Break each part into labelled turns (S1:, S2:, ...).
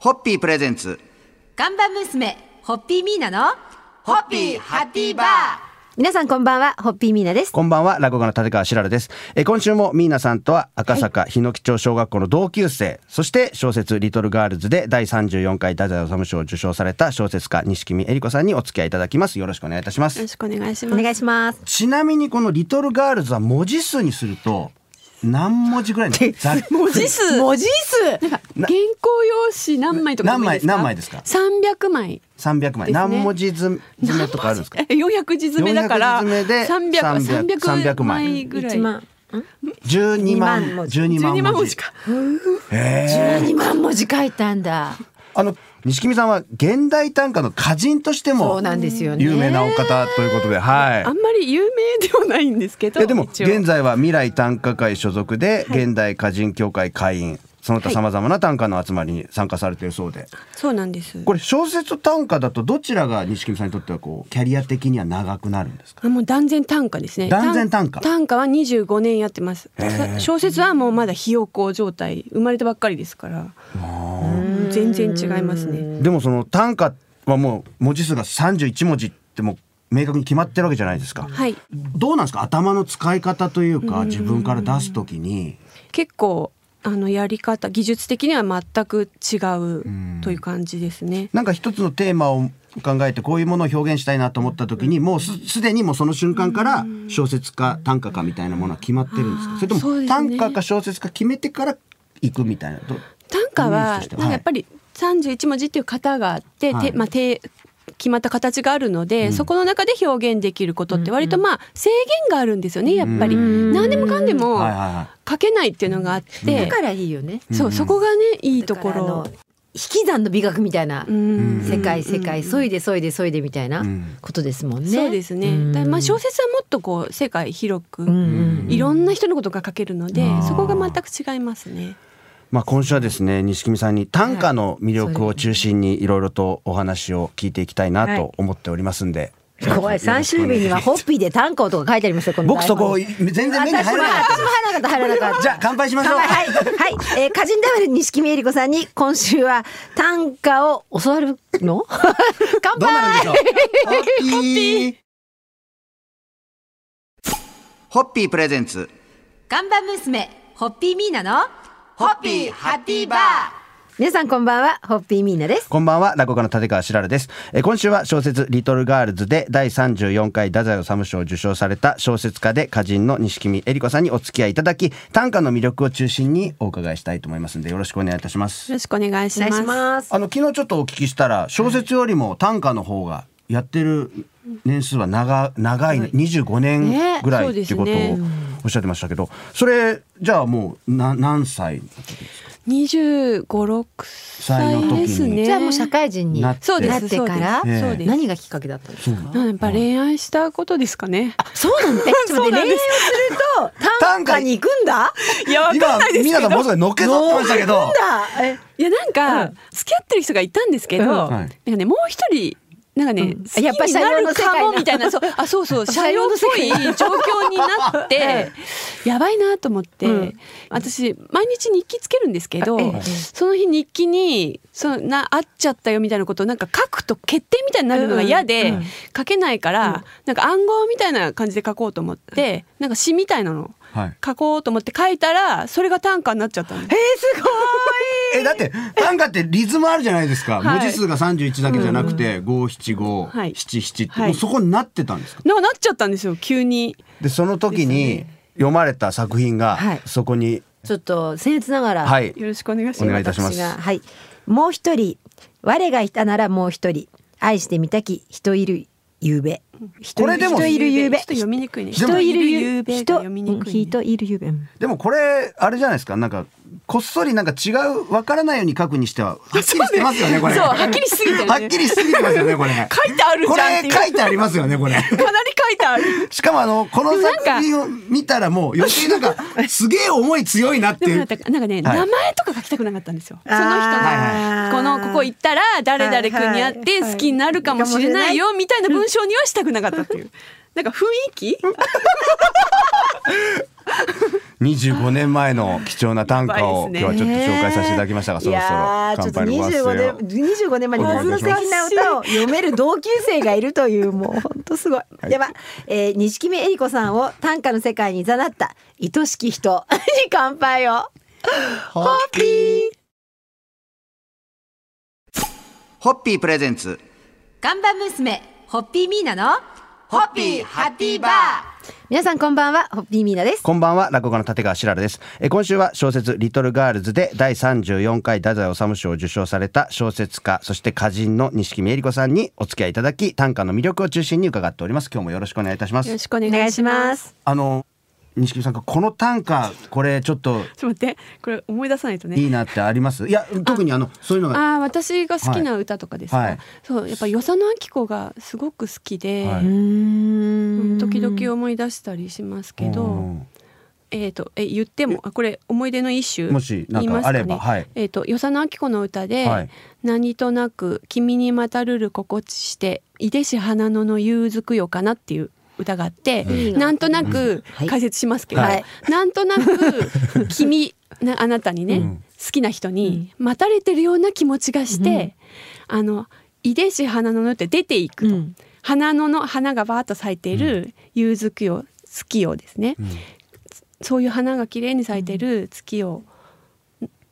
S1: ホッピープレゼンツ。
S2: 看板娘、ホッピーミーナの、
S1: ホッピーハッピーバー
S2: 皆さんこんばんは、ホッピーミーナです。
S3: こんばんは、落語家の立川しららです。えー今週もミーナさんとは赤坂日野木町小学校の同級生、そして小説リトルガールズで第34回太宰治賞を受賞された小説家西木美恵理子さんにお付き合いいただきます。よろしくお願いいたしま
S4: よろ
S3: す。
S4: しくお願いし
S2: お
S4: ます。
S2: 願いします。
S3: ちなみにこのリトルガールズは文字数にすると何文字ぐらい のざっくり
S4: 文字数文字数なんか原稿用紙何枚とか
S3: 何枚何枚ですか
S4: 三百枚。
S3: 300枚、
S4: ですね
S3: 何文字詰めとかあるんです か
S4: え四百字詰めだから
S3: 400字詰
S4: 三
S3: めで
S4: 百三
S3: 300
S4: 百
S3: 300枚
S4: 枚ぐらい。
S2: 1万。
S3: 12万12
S4: 十
S3: 万
S4: 二万
S3: 文
S4: 文
S3: 字
S4: 字か。
S2: 12万文字書いたんだ。
S3: あの錦見さんは現代短歌の歌人として
S2: そ
S3: も
S2: うなんですよね。
S3: 有名なお方ということで、はい。
S4: あんまり有名ではないんですけ
S3: い
S4: ど。
S3: やでも
S4: 一応
S3: 現在は未来短歌会所属で現代歌人協会会員、その他さまざまな短歌の集まりに参加されているそうで、
S4: そうなんです。
S3: これ小説と短歌だとどちらが錦見さんにとってはこうキャリア的には長くなるんですか。
S4: あもう断然短歌ですね。
S3: 断然短歌
S4: 短歌は二十五年やってます
S3: へー。
S4: 小説はもうまだひよこ状態、生まれたばっかりですから。うん全然違いますね。
S3: でもその短歌はもう文字数が三十一文字ってもう明確に決まってるわけじゃないですか。
S4: はい。
S3: どうなんですか頭の使い方というか自分から出すときに。
S4: 結構あのやり方技術的には全く違
S3: ん
S4: うという感じですね。
S3: なんか一つのテーマを考えてこういうものを表現したいなと思った時にもうすすでにもうその瞬間から小説か短歌かみたいなものは決まってるんですか
S4: あー
S3: それと
S4: そう
S3: も
S4: です
S3: 短
S4: ね
S3: 歌か小説か決めてから行くみたいなど
S4: 短歌
S3: イメー
S4: は
S3: ジとして
S4: な
S3: は
S4: んかやっぱり31文字っていう型があって、
S3: はい
S4: てまあ、て決まった形があるので、そこの中で表現できることって割とまあ制限があるんですよねやっぱり。
S2: うん
S4: 何でもかんでも
S3: はいはいはい
S4: 書けないっていうのがあって、
S2: だからいいよね。
S4: そうそこがねいいとこ
S2: だからあ
S4: ろ
S2: の。引き算の美学みたいな
S4: う。ん
S2: 世界世界、そいでそいでそいでみたいな
S3: うん
S2: ことですもんね。
S4: そうですね。だからまあ小
S2: 説。
S4: 説はもっとこう世界広く、
S2: うんうん
S4: いろんな人のことが書けるので
S3: あー
S4: そこが全く違いますね。
S3: まあ、今週はですね錦見さんに短歌の魅力を中心にいろいろとお話を聞いていきたいなと思っておりますんで、
S2: 怖い三種類にはホッピーで単行とか書いてありますよ。この
S3: 僕
S2: 台
S3: そ
S2: 本
S3: こ全然目に入らな
S2: 私も
S3: かっ
S2: 私も入らなかった入らなかった
S3: た。じゃあ乾杯しましょう、
S2: はい、はい、えー、歌人である錦目恵理子さんに今週は短歌を教わるの乾
S3: どうなるんでし
S2: 杯
S3: ょう ホッ
S1: ホ
S3: ピー
S1: ッピープレゼンツ。
S2: 看板娘、ホッピーミーナの
S1: ホッピーハッピーバー
S2: 皆さんこんばんは、ホッピーミーナです。
S3: こんばんは、落語家の立川しらるです。えー今週は小説リトルガールズで第34回太宰治賞を受賞された小説家で歌人の錦見恵理子さんにお付き合いいただき、短歌の魅力を中心にお伺いしたいと思いますので、よろしくお願いいたします。
S4: よろしくお願いします。
S2: す。
S3: あの、昨日ちょっとお聞きしたら、小説よりも短歌の方がやってる年数は長長い、25年
S4: ね
S3: ぐらい
S4: そ
S3: っ
S4: う
S3: てい
S4: で
S3: う
S4: す
S3: こ
S4: ね
S3: とをおっしゃってましたけど、それ、じゃあもうな何歳
S4: 二十五六歳ですね。
S2: じゃあもう社会人に
S3: な
S2: な
S3: っ
S2: って
S4: そうです
S2: てから
S4: そうですそうです
S2: 何がきっかけだったんですか。
S4: やっぱ恋愛したことですかね。
S2: そうなんです。えちょっと待って恋愛をすると短歌に行くんだ。
S4: いやわか
S3: 今
S4: んない、です
S3: み
S4: け
S3: んながも
S4: ど
S3: う。すごいのっけぞってましたけ ど。
S2: なんだ。え
S4: いやなんか付き合ってる人がいたんですけど、
S2: うん
S4: なん
S3: はい
S4: かねもう一人。なんかね、
S2: ん
S4: 好きに
S2: やっぱ車
S4: な
S2: 両
S4: る
S2: の世界
S4: か
S2: だ
S4: もみたいな、そう、あ、そうそ う、
S2: 車
S4: 車
S2: 両
S4: 両っ
S2: の世
S4: ぽ
S2: 界
S4: い状況にな って、やばいなと思って、
S2: うん
S4: 私、毎日日記つけるんですけど、
S2: ええ
S4: その日日記に、そんな、会っちゃったよみたいなことをなんか書くと欠点みたいになるのが嫌で、
S2: うんうん
S4: 書けないから、なんか暗号みたいな感じで書こうと思って、なんか詩みたいなの
S3: はい
S4: 書こうと思って書いたら、それが短歌になっちゃったんです。
S2: ーすごい。
S3: えだって短歌ってリズムあるじゃないですか、
S4: はい
S3: 文字数が31だけじゃなくて五七五
S4: はい
S3: 七七って、
S4: はい
S3: もうそこになってたんですか
S4: なんかなっちゃったんですよ、急に。
S3: でその時に読まれた作品が
S2: はい
S3: そこに
S2: ちょっと僭越ながら。
S3: はい、
S4: よろしくお願いし
S3: お願
S4: ま
S3: いい
S4: す。
S3: たします
S2: 私がはい。もう一人、我がいたならもう一人、愛してみたき人いる夕べ。人
S3: これでも
S2: 人いる夕
S4: ちょ
S2: べ
S4: っ。と読みにくいね。
S2: 人いる夕べ。
S4: 人
S2: 人
S4: 読みにくい、
S2: 人いる夕べ。うん
S3: でもこれあれじゃないですかなんかこっそりなんか違うわからないように書くにしてははっきりしてますよねこれ
S4: そうはっきりしすぎてるね
S3: はっきりしすぎてますよねこれ
S4: 書いてある
S3: こ
S4: じゃんっ
S3: れ
S4: ていう。
S3: 書いてありますよねこれ
S4: かなり書いて ある。
S3: しかもあのこの
S4: でもなん
S3: 作
S4: か
S3: 品を見たらもう余計なんかすげえ思い強いなって
S4: でも
S3: いう
S4: な
S3: ん
S4: かなんかね、
S3: はい
S4: 名前とか書きたくなかったんですよ。その人
S2: あー
S4: がこのここ行ったら誰々君に会って好きになるかもしれないよみたいな文章には したくなかったっていう。なんか雰囲気？
S3: 25年前の貴重な短歌を今日はちょっと紹介させていただきましたが、そ
S2: い
S3: ろそろ
S2: やーちょ
S3: 乾
S2: っと
S3: 杯のご発声
S2: 25
S3: を。
S2: 年25年前にこんな素敵な歌を読める同級生がいるというもう本当すごい、では、えー、錦目えり子さんを短歌の世界に誘った愛しき人に乾杯をホッピー
S1: ホッピープレゼンツ
S5: ガンバ娘、ホッピーミーナの、
S1: ホッピーハッピーバー
S2: 皆さんこんばんはホッピーミーナです
S3: こんばんは、落語家の立川しららです。えー今週は小説リトルガールズで第34回太宰治賞を受賞された小説家、そして歌人の錦見えり子さんにお付き合いいただき、短歌の魅力を中心に伺っております。今日もよろしくお願いいたしま
S4: よろ
S3: す。
S4: しくお願
S2: お願い
S4: い
S2: し
S4: し
S2: ま
S4: ます。
S2: す
S3: あの、錦見さん、この短歌、これちょっと
S4: ちょっと待って、これ思い出さないとね。
S3: いいなってあります。いや、特にあの、そういうのが。
S4: ああ、私が好きな歌とかですか。
S3: はいはい
S4: そう、やっぱ与謝野明子がすごく好きで、
S3: は
S2: う
S3: い
S2: ー
S4: うん
S2: ん
S4: 時々思い出したりしますけ
S3: う
S4: ど。
S3: ん
S4: えっ、と、え、言っても、あこれ思い出の一首。
S3: もしなんか
S4: 言いますね
S3: あればはい
S4: えっ、と、与謝野明子の歌で、
S3: はい
S4: 何となく君にまたるる心地して。いでし花野の夕づくよかなっていう。歌があって、
S2: いいな
S4: なんとなく
S2: はい
S4: 解説しますけど、
S2: はい
S4: なんとなく君なあなたにね、
S3: うん
S4: 好きな人に待たれてるような気持ちがして、あの遺伝子花野のって出ていくと、
S2: うん
S4: 花野の花がバーッと咲いている夕月夜月夜ですね、そういう花が綺麗に咲いてる月夜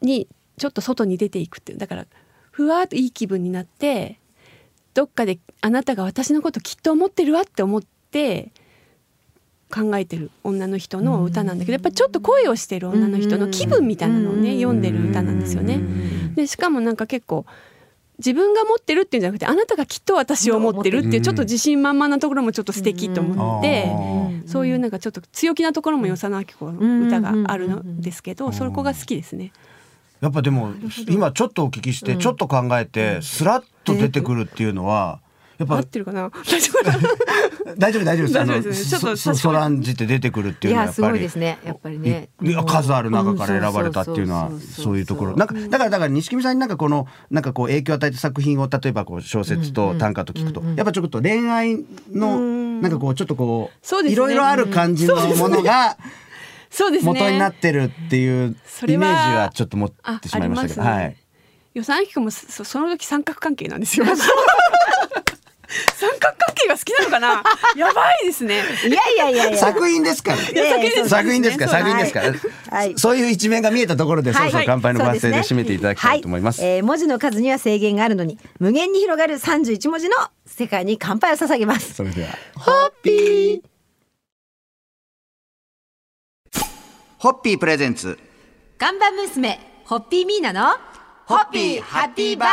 S4: にちょっと外に出ていくっていうだからふわーっといい気分になってどっかであなたが私のこときっと思ってるわって思って考えてる女の人の歌なんだけどやっぱちょっと恋をしてる女の人の気分みたいなのを
S2: う
S4: ね
S2: ん
S4: 読んでる歌なんですよね。でしかもなんか結構自分が持ってるっていうんじゃなくてあなたがきっと私を持ってるっていうちょっと自信満々なところもちょっと素敵と思って
S3: うん
S2: あー
S4: そういうなんかちょっと強気なところも与謝野明子の歌があるんですけどそこが好きですね。
S3: やっぱでも今ちょっとお聞きしてちょっと考えてスラッと出てくるっていうのはやっ
S4: 合
S3: ぱ
S4: ってるかな 大丈夫かな
S3: 大丈夫大丈夫です。あ
S4: 大丈
S3: の
S4: 夫ですちょっと
S3: そ
S4: 確か
S3: そ
S4: に
S3: そらんじって出てくるってい
S2: いう
S3: のは
S2: や
S3: やっ
S2: す
S3: ぱ
S2: ごい
S3: り
S2: ですねやっぱりね
S3: いや数ある中から選ばれたっていうのは
S2: ん
S3: そういうところなんかだからだから錦見さんになんかこのなんかこう影響を与えた作品を例えばこう小説と短歌と聞くとやっぱちょっと恋愛のなんかこうちょっとこ
S4: そ
S3: う
S4: うですね
S3: いろいろある感じのものが
S4: そうですね
S3: 元になってるっていう
S4: そ
S3: イ
S4: れ
S3: メ
S4: は
S3: ージはちょっと持ってしまいましたけど
S4: ああ
S3: は
S4: りますね
S3: い。
S4: 与謝野明子もそその時三角関係なんです よ三角関係が好きなのかなやばいですね
S2: いやいやいやいや
S3: 作品ですから
S2: いやいやそうですね
S3: 作品ですから
S4: そう
S3: 作品ですから
S2: はい
S3: そそういう一面が見えたところでそろそろ乾杯のご発声で締めていただきたいと思います
S2: はえー文字の数には制限があるのに無限に広がる31文字の世界に乾杯を捧げます
S3: それでは
S2: ホッピー
S1: ホッピープレゼンツ
S5: ガンバ娘、ホッピーミーナの、
S1: ホッピーハッピーバー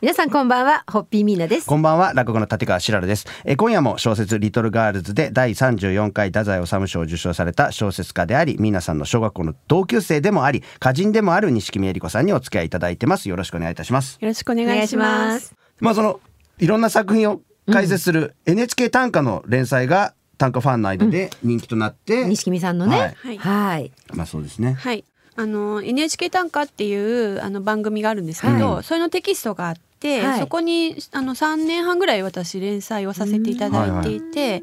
S2: 皆さんこんばんはホッピーミーナです
S3: こんばんは落語の立川しらるですえー今夜も小説リトルガールズで第34回太宰治賞を受賞された小説家であり皆さんの小学校の同級生でもあり歌人でもある錦見えり子さんにお付き合いいただいてますよろしくお願いいたします
S4: よろしくお願
S2: お願
S4: い
S2: いし
S4: しま
S2: ますす
S3: まあそのいろんな作品を解説する NHK 短歌の連載が短歌ファンの間で人気となって、
S2: 錦見さんのね
S4: はい
S2: はい
S3: まあそうですね
S4: はい。あの NHK 短歌っていうあの番組があるんですけど、
S3: はい
S4: それのテキストがあって、
S2: はい
S4: そこにあの3年半ぐらい私連載をさせていただいていて、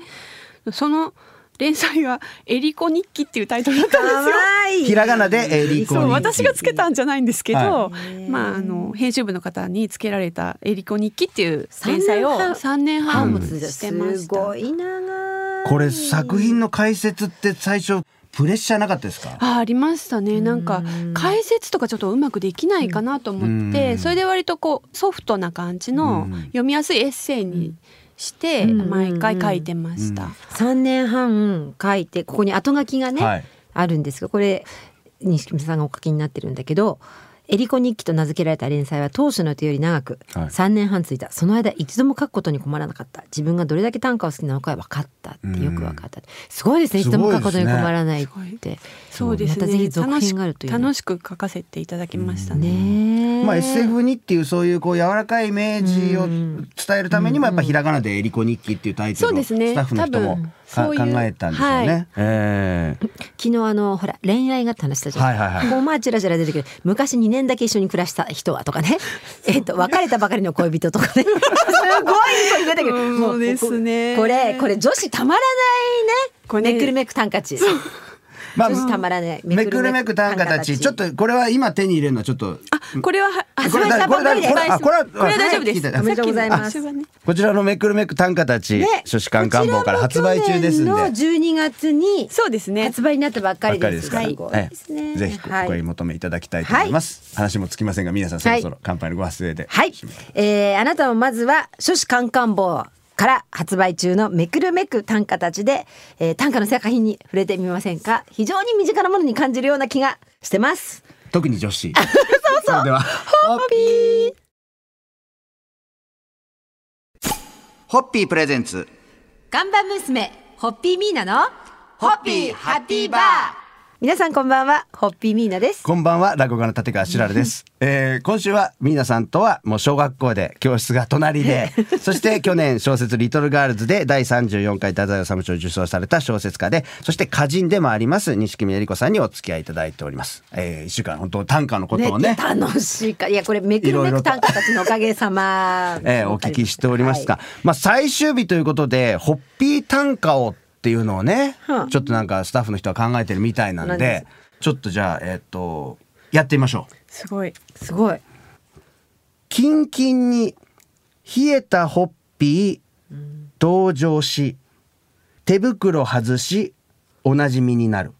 S4: その連載がエリコ日記っていうタイトルだったんですよ。
S2: わい
S3: ひらがなでえりこ
S4: そう
S3: に
S4: 私がつけたんじゃないんですけど、
S3: は
S4: まああの編集部の方につけられたエリコ日記っていう連載を3年半も
S2: 続いて
S4: してました。
S2: すごい長い
S3: これ作品の解説って最初プレッシャーなかったですか
S4: あありましたねなんか解説とかちょっとうまくできないかなと思っ
S3: う
S4: て
S3: ん
S4: それで割とこうソフトな感じ
S3: う
S4: の
S3: ん
S4: 読みやすいエッセイにして
S2: うん
S4: 毎回書いてまし
S3: うん
S4: た。
S2: 三年半書いてここに後書きがね、
S3: はい
S2: あるんですがこれ錦見さんがお書きになってるんだけど「エリコ日記」と名付けられた連載は当初の予定より長く、
S3: はい
S2: 3年半続いたその間一度も書くことに困らなかった自分がどれだけ短歌を好きなのかは分かったってよく分かったってすごいですね
S3: す
S2: 一
S3: ごいですね
S2: 度も書くことに困らないっ
S4: すごい
S2: て
S4: そうです
S2: ま
S4: ね。
S2: たぜひ続編があるというの
S4: 楽しく楽しく書かせていただきましたね。
S2: ねえ
S3: まあ、SF にっていうそういうこう柔らかいイメージを
S2: うん
S3: 伝えるためにもやっぱひらがなで「えりこ日記」っていうタイトル
S4: そ
S3: を
S4: うですね
S3: スタッフの人
S4: 多
S3: も
S4: 分
S3: か
S4: そういう
S3: 考えたんですよね。
S4: はい
S3: ええ
S2: 昨日あのほら恋愛がって話したじゃん、
S3: はいはいはい
S2: こうまあちらちら出てくる昔2年だけ一緒に暮らした人はとかねえっと別れたばかりの恋人 とかねすごい声出てくる
S4: うんそうですね
S2: ここれこれ女子たまらないね
S4: これね
S2: めくるめくハンカチ
S3: まあ
S2: そしてたまらない
S3: めくるめく短歌たちちょっとこれは今手に入れるのはちょっと
S4: あこれははあ
S3: これ
S4: 発売したばっかりで
S3: これこれあこれは
S4: これは大丈夫です
S3: あ
S2: おめでとうございます
S4: さっきのあそれはね
S3: こちらのめくるめく短歌たち、
S2: ね
S3: 書士官官房から発売中ですんで
S2: こちらも去年の12月に
S4: そうですね
S2: 発売になったばっか
S3: ばっ
S2: り
S3: か
S2: で
S3: りですすから、
S2: 最後
S3: え
S2: です
S3: え
S2: ね
S3: ぜひお
S2: はい
S3: 買い求めいただきたいと思います、話もつきませんが皆さんそろそろ乾杯のご発声で、
S2: はい、えー、あなたもまずは書士官官房から発売中のめくるめく短歌たちで、えー、短歌の作品に触れてみませんか非常に身近なものに感じるような気がしてます
S3: 特に女子そうそうそれでは
S2: ホッピー
S1: ホッピープレゼンツ
S5: ガンバ娘、ホッピーミーナの
S1: ホッピーハッピーバー
S2: 皆さんこんばんはホッピーミーナです
S3: こんばんは、落語家の立川しらる です。えー、今週は、ミーナさんとは、もう小学校で、教室が隣 で、そして去年、小説、リトルガールズで、第34回太宰治賞を受賞された小説家で、そして歌人でもあります、錦美恵理子さんにお付き合いいただいております。えー、一週間、本当短歌のことをね、
S2: 楽しいかいやこれめくるめく短歌たちのおかげさま
S3: えー、お聞きしておりますが、まあ、最終日ということで、ホッピー短歌をっていうのをね、
S2: うん
S3: ちょっとなんかスタッフの人は考えてるみたいなんで、
S2: なんで
S3: ちょっとじゃあ、えーっと、やってみましょう。
S4: すごい
S2: すごい
S3: キンキンに冷えたホッピー同情し手袋外しおなじみになる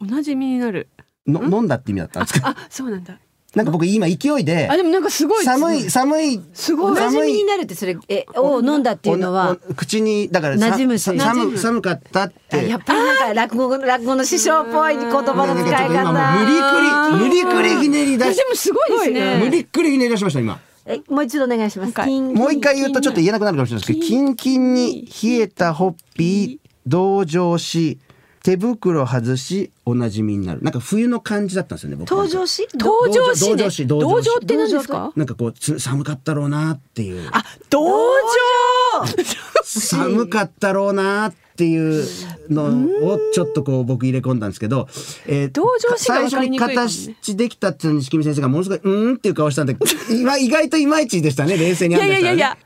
S4: おなじみになる
S3: の飲んだって意味だったんですか
S4: あそうなんだ
S3: なんか僕今勢いで
S4: あでもなんかすごい
S3: 寒い寒い
S4: すご
S2: お
S4: い
S2: なじ
S3: 寒
S2: みに
S3: い
S2: なるってそれえを飲んだっていうのは
S3: おなお口にだからさ
S2: 馴染むという
S3: さ
S2: 馴
S3: 寒寒かったっ
S2: あ
S3: て
S2: やっぱりなんか落語の落語の師匠っぽい言葉
S3: な
S2: の
S3: ん
S2: 使
S3: かちょ
S2: い
S3: っと今もう
S2: 方
S3: 無理くり無理くりひねり
S4: え
S3: 出し
S4: でもすごいですね
S3: 無理くりひねり出しました今
S2: えもう一度お願いします
S4: もう一回
S2: キンキン
S3: もう一回言うとちょっと言えなくなるかもしれないですけど、キンキンに冷えたホッピー、同情し、手袋外し、おなじみになる。なんか冬の感じだったんですよね、僕
S2: 登場し
S4: 同情し
S3: 同情
S4: ね
S3: し同情し
S4: って何ですか
S3: なんかこうつ寒かったろうなっていう
S4: あ同情
S3: 寒かったろうなっていうのをちょっとこう僕入れ込んだんですけど、えー
S4: 同情しが
S3: 最
S4: 分か
S3: 初に
S4: りにくいかもね
S3: 形できたっていうのに錦見先生がものすごいうーんっていう顔したんで今意外といまいちでしたね冷静
S4: い
S3: に
S4: や
S3: 判
S4: い
S3: 断
S4: や
S3: したらね
S4: いやいや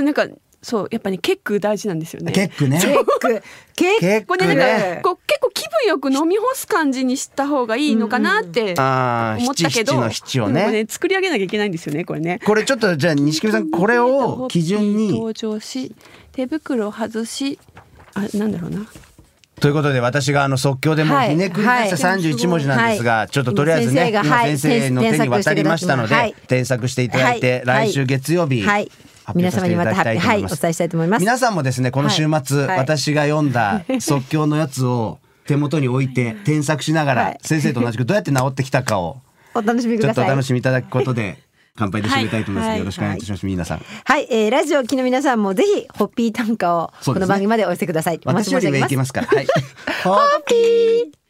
S4: あなんかそうやっぱね結句大事なんですよね
S3: 結構ね
S2: 結構結
S3: 結
S2: 構
S3: 構
S4: これねなん
S3: ね
S4: かこう結構気分よく飲み干す感じにした方がいいのかなって
S3: あー
S4: 思ったけど
S3: 七七の七をね
S4: でも作り上げなきゃいけないんですよねこれね
S3: これちょっとじゃあ錦見さんこれを基準に
S4: 登場し手袋を外しあなんだろうな
S3: ということで私があの即興でもう
S2: はい
S3: ひねくり出した
S2: はい
S3: 31文字なんですが、
S2: はい
S3: ちょっととりあえず
S2: 先
S3: ね
S2: 生が
S3: 今
S2: はい
S3: 先生の手に渡りましたので、
S2: はい
S3: 添削していただいて、
S2: はい
S3: 来週月曜日、
S2: はい
S3: 発表させていただきたいと思います
S2: 皆様にまたはいお伝えしたいと思います
S3: 皆さんもですねこの週末、
S2: はいはい
S3: 私が読んだ即興のやつを手元に置いて添削しなが
S2: は
S3: ら
S2: い
S3: 先生と同じくどうやって治ってきたかを
S2: お楽 しみく
S3: ちょ
S2: だ
S3: っとお
S2: さい
S3: 楽しみいただくことで乾杯で締めたいと思います、
S4: はい
S3: よろしくお願いいたします、皆さん
S2: はい、えー、ラジオをお聞きの皆さんもぜひホッピー短歌を
S3: そう
S2: こ
S3: ですね
S2: の番組までお寄せください。お待
S3: 私
S2: ち
S3: よ
S2: 申し
S3: り
S2: 上げ
S3: 上
S2: ま
S3: い
S2: す
S3: き。ますからはい
S2: ホッピー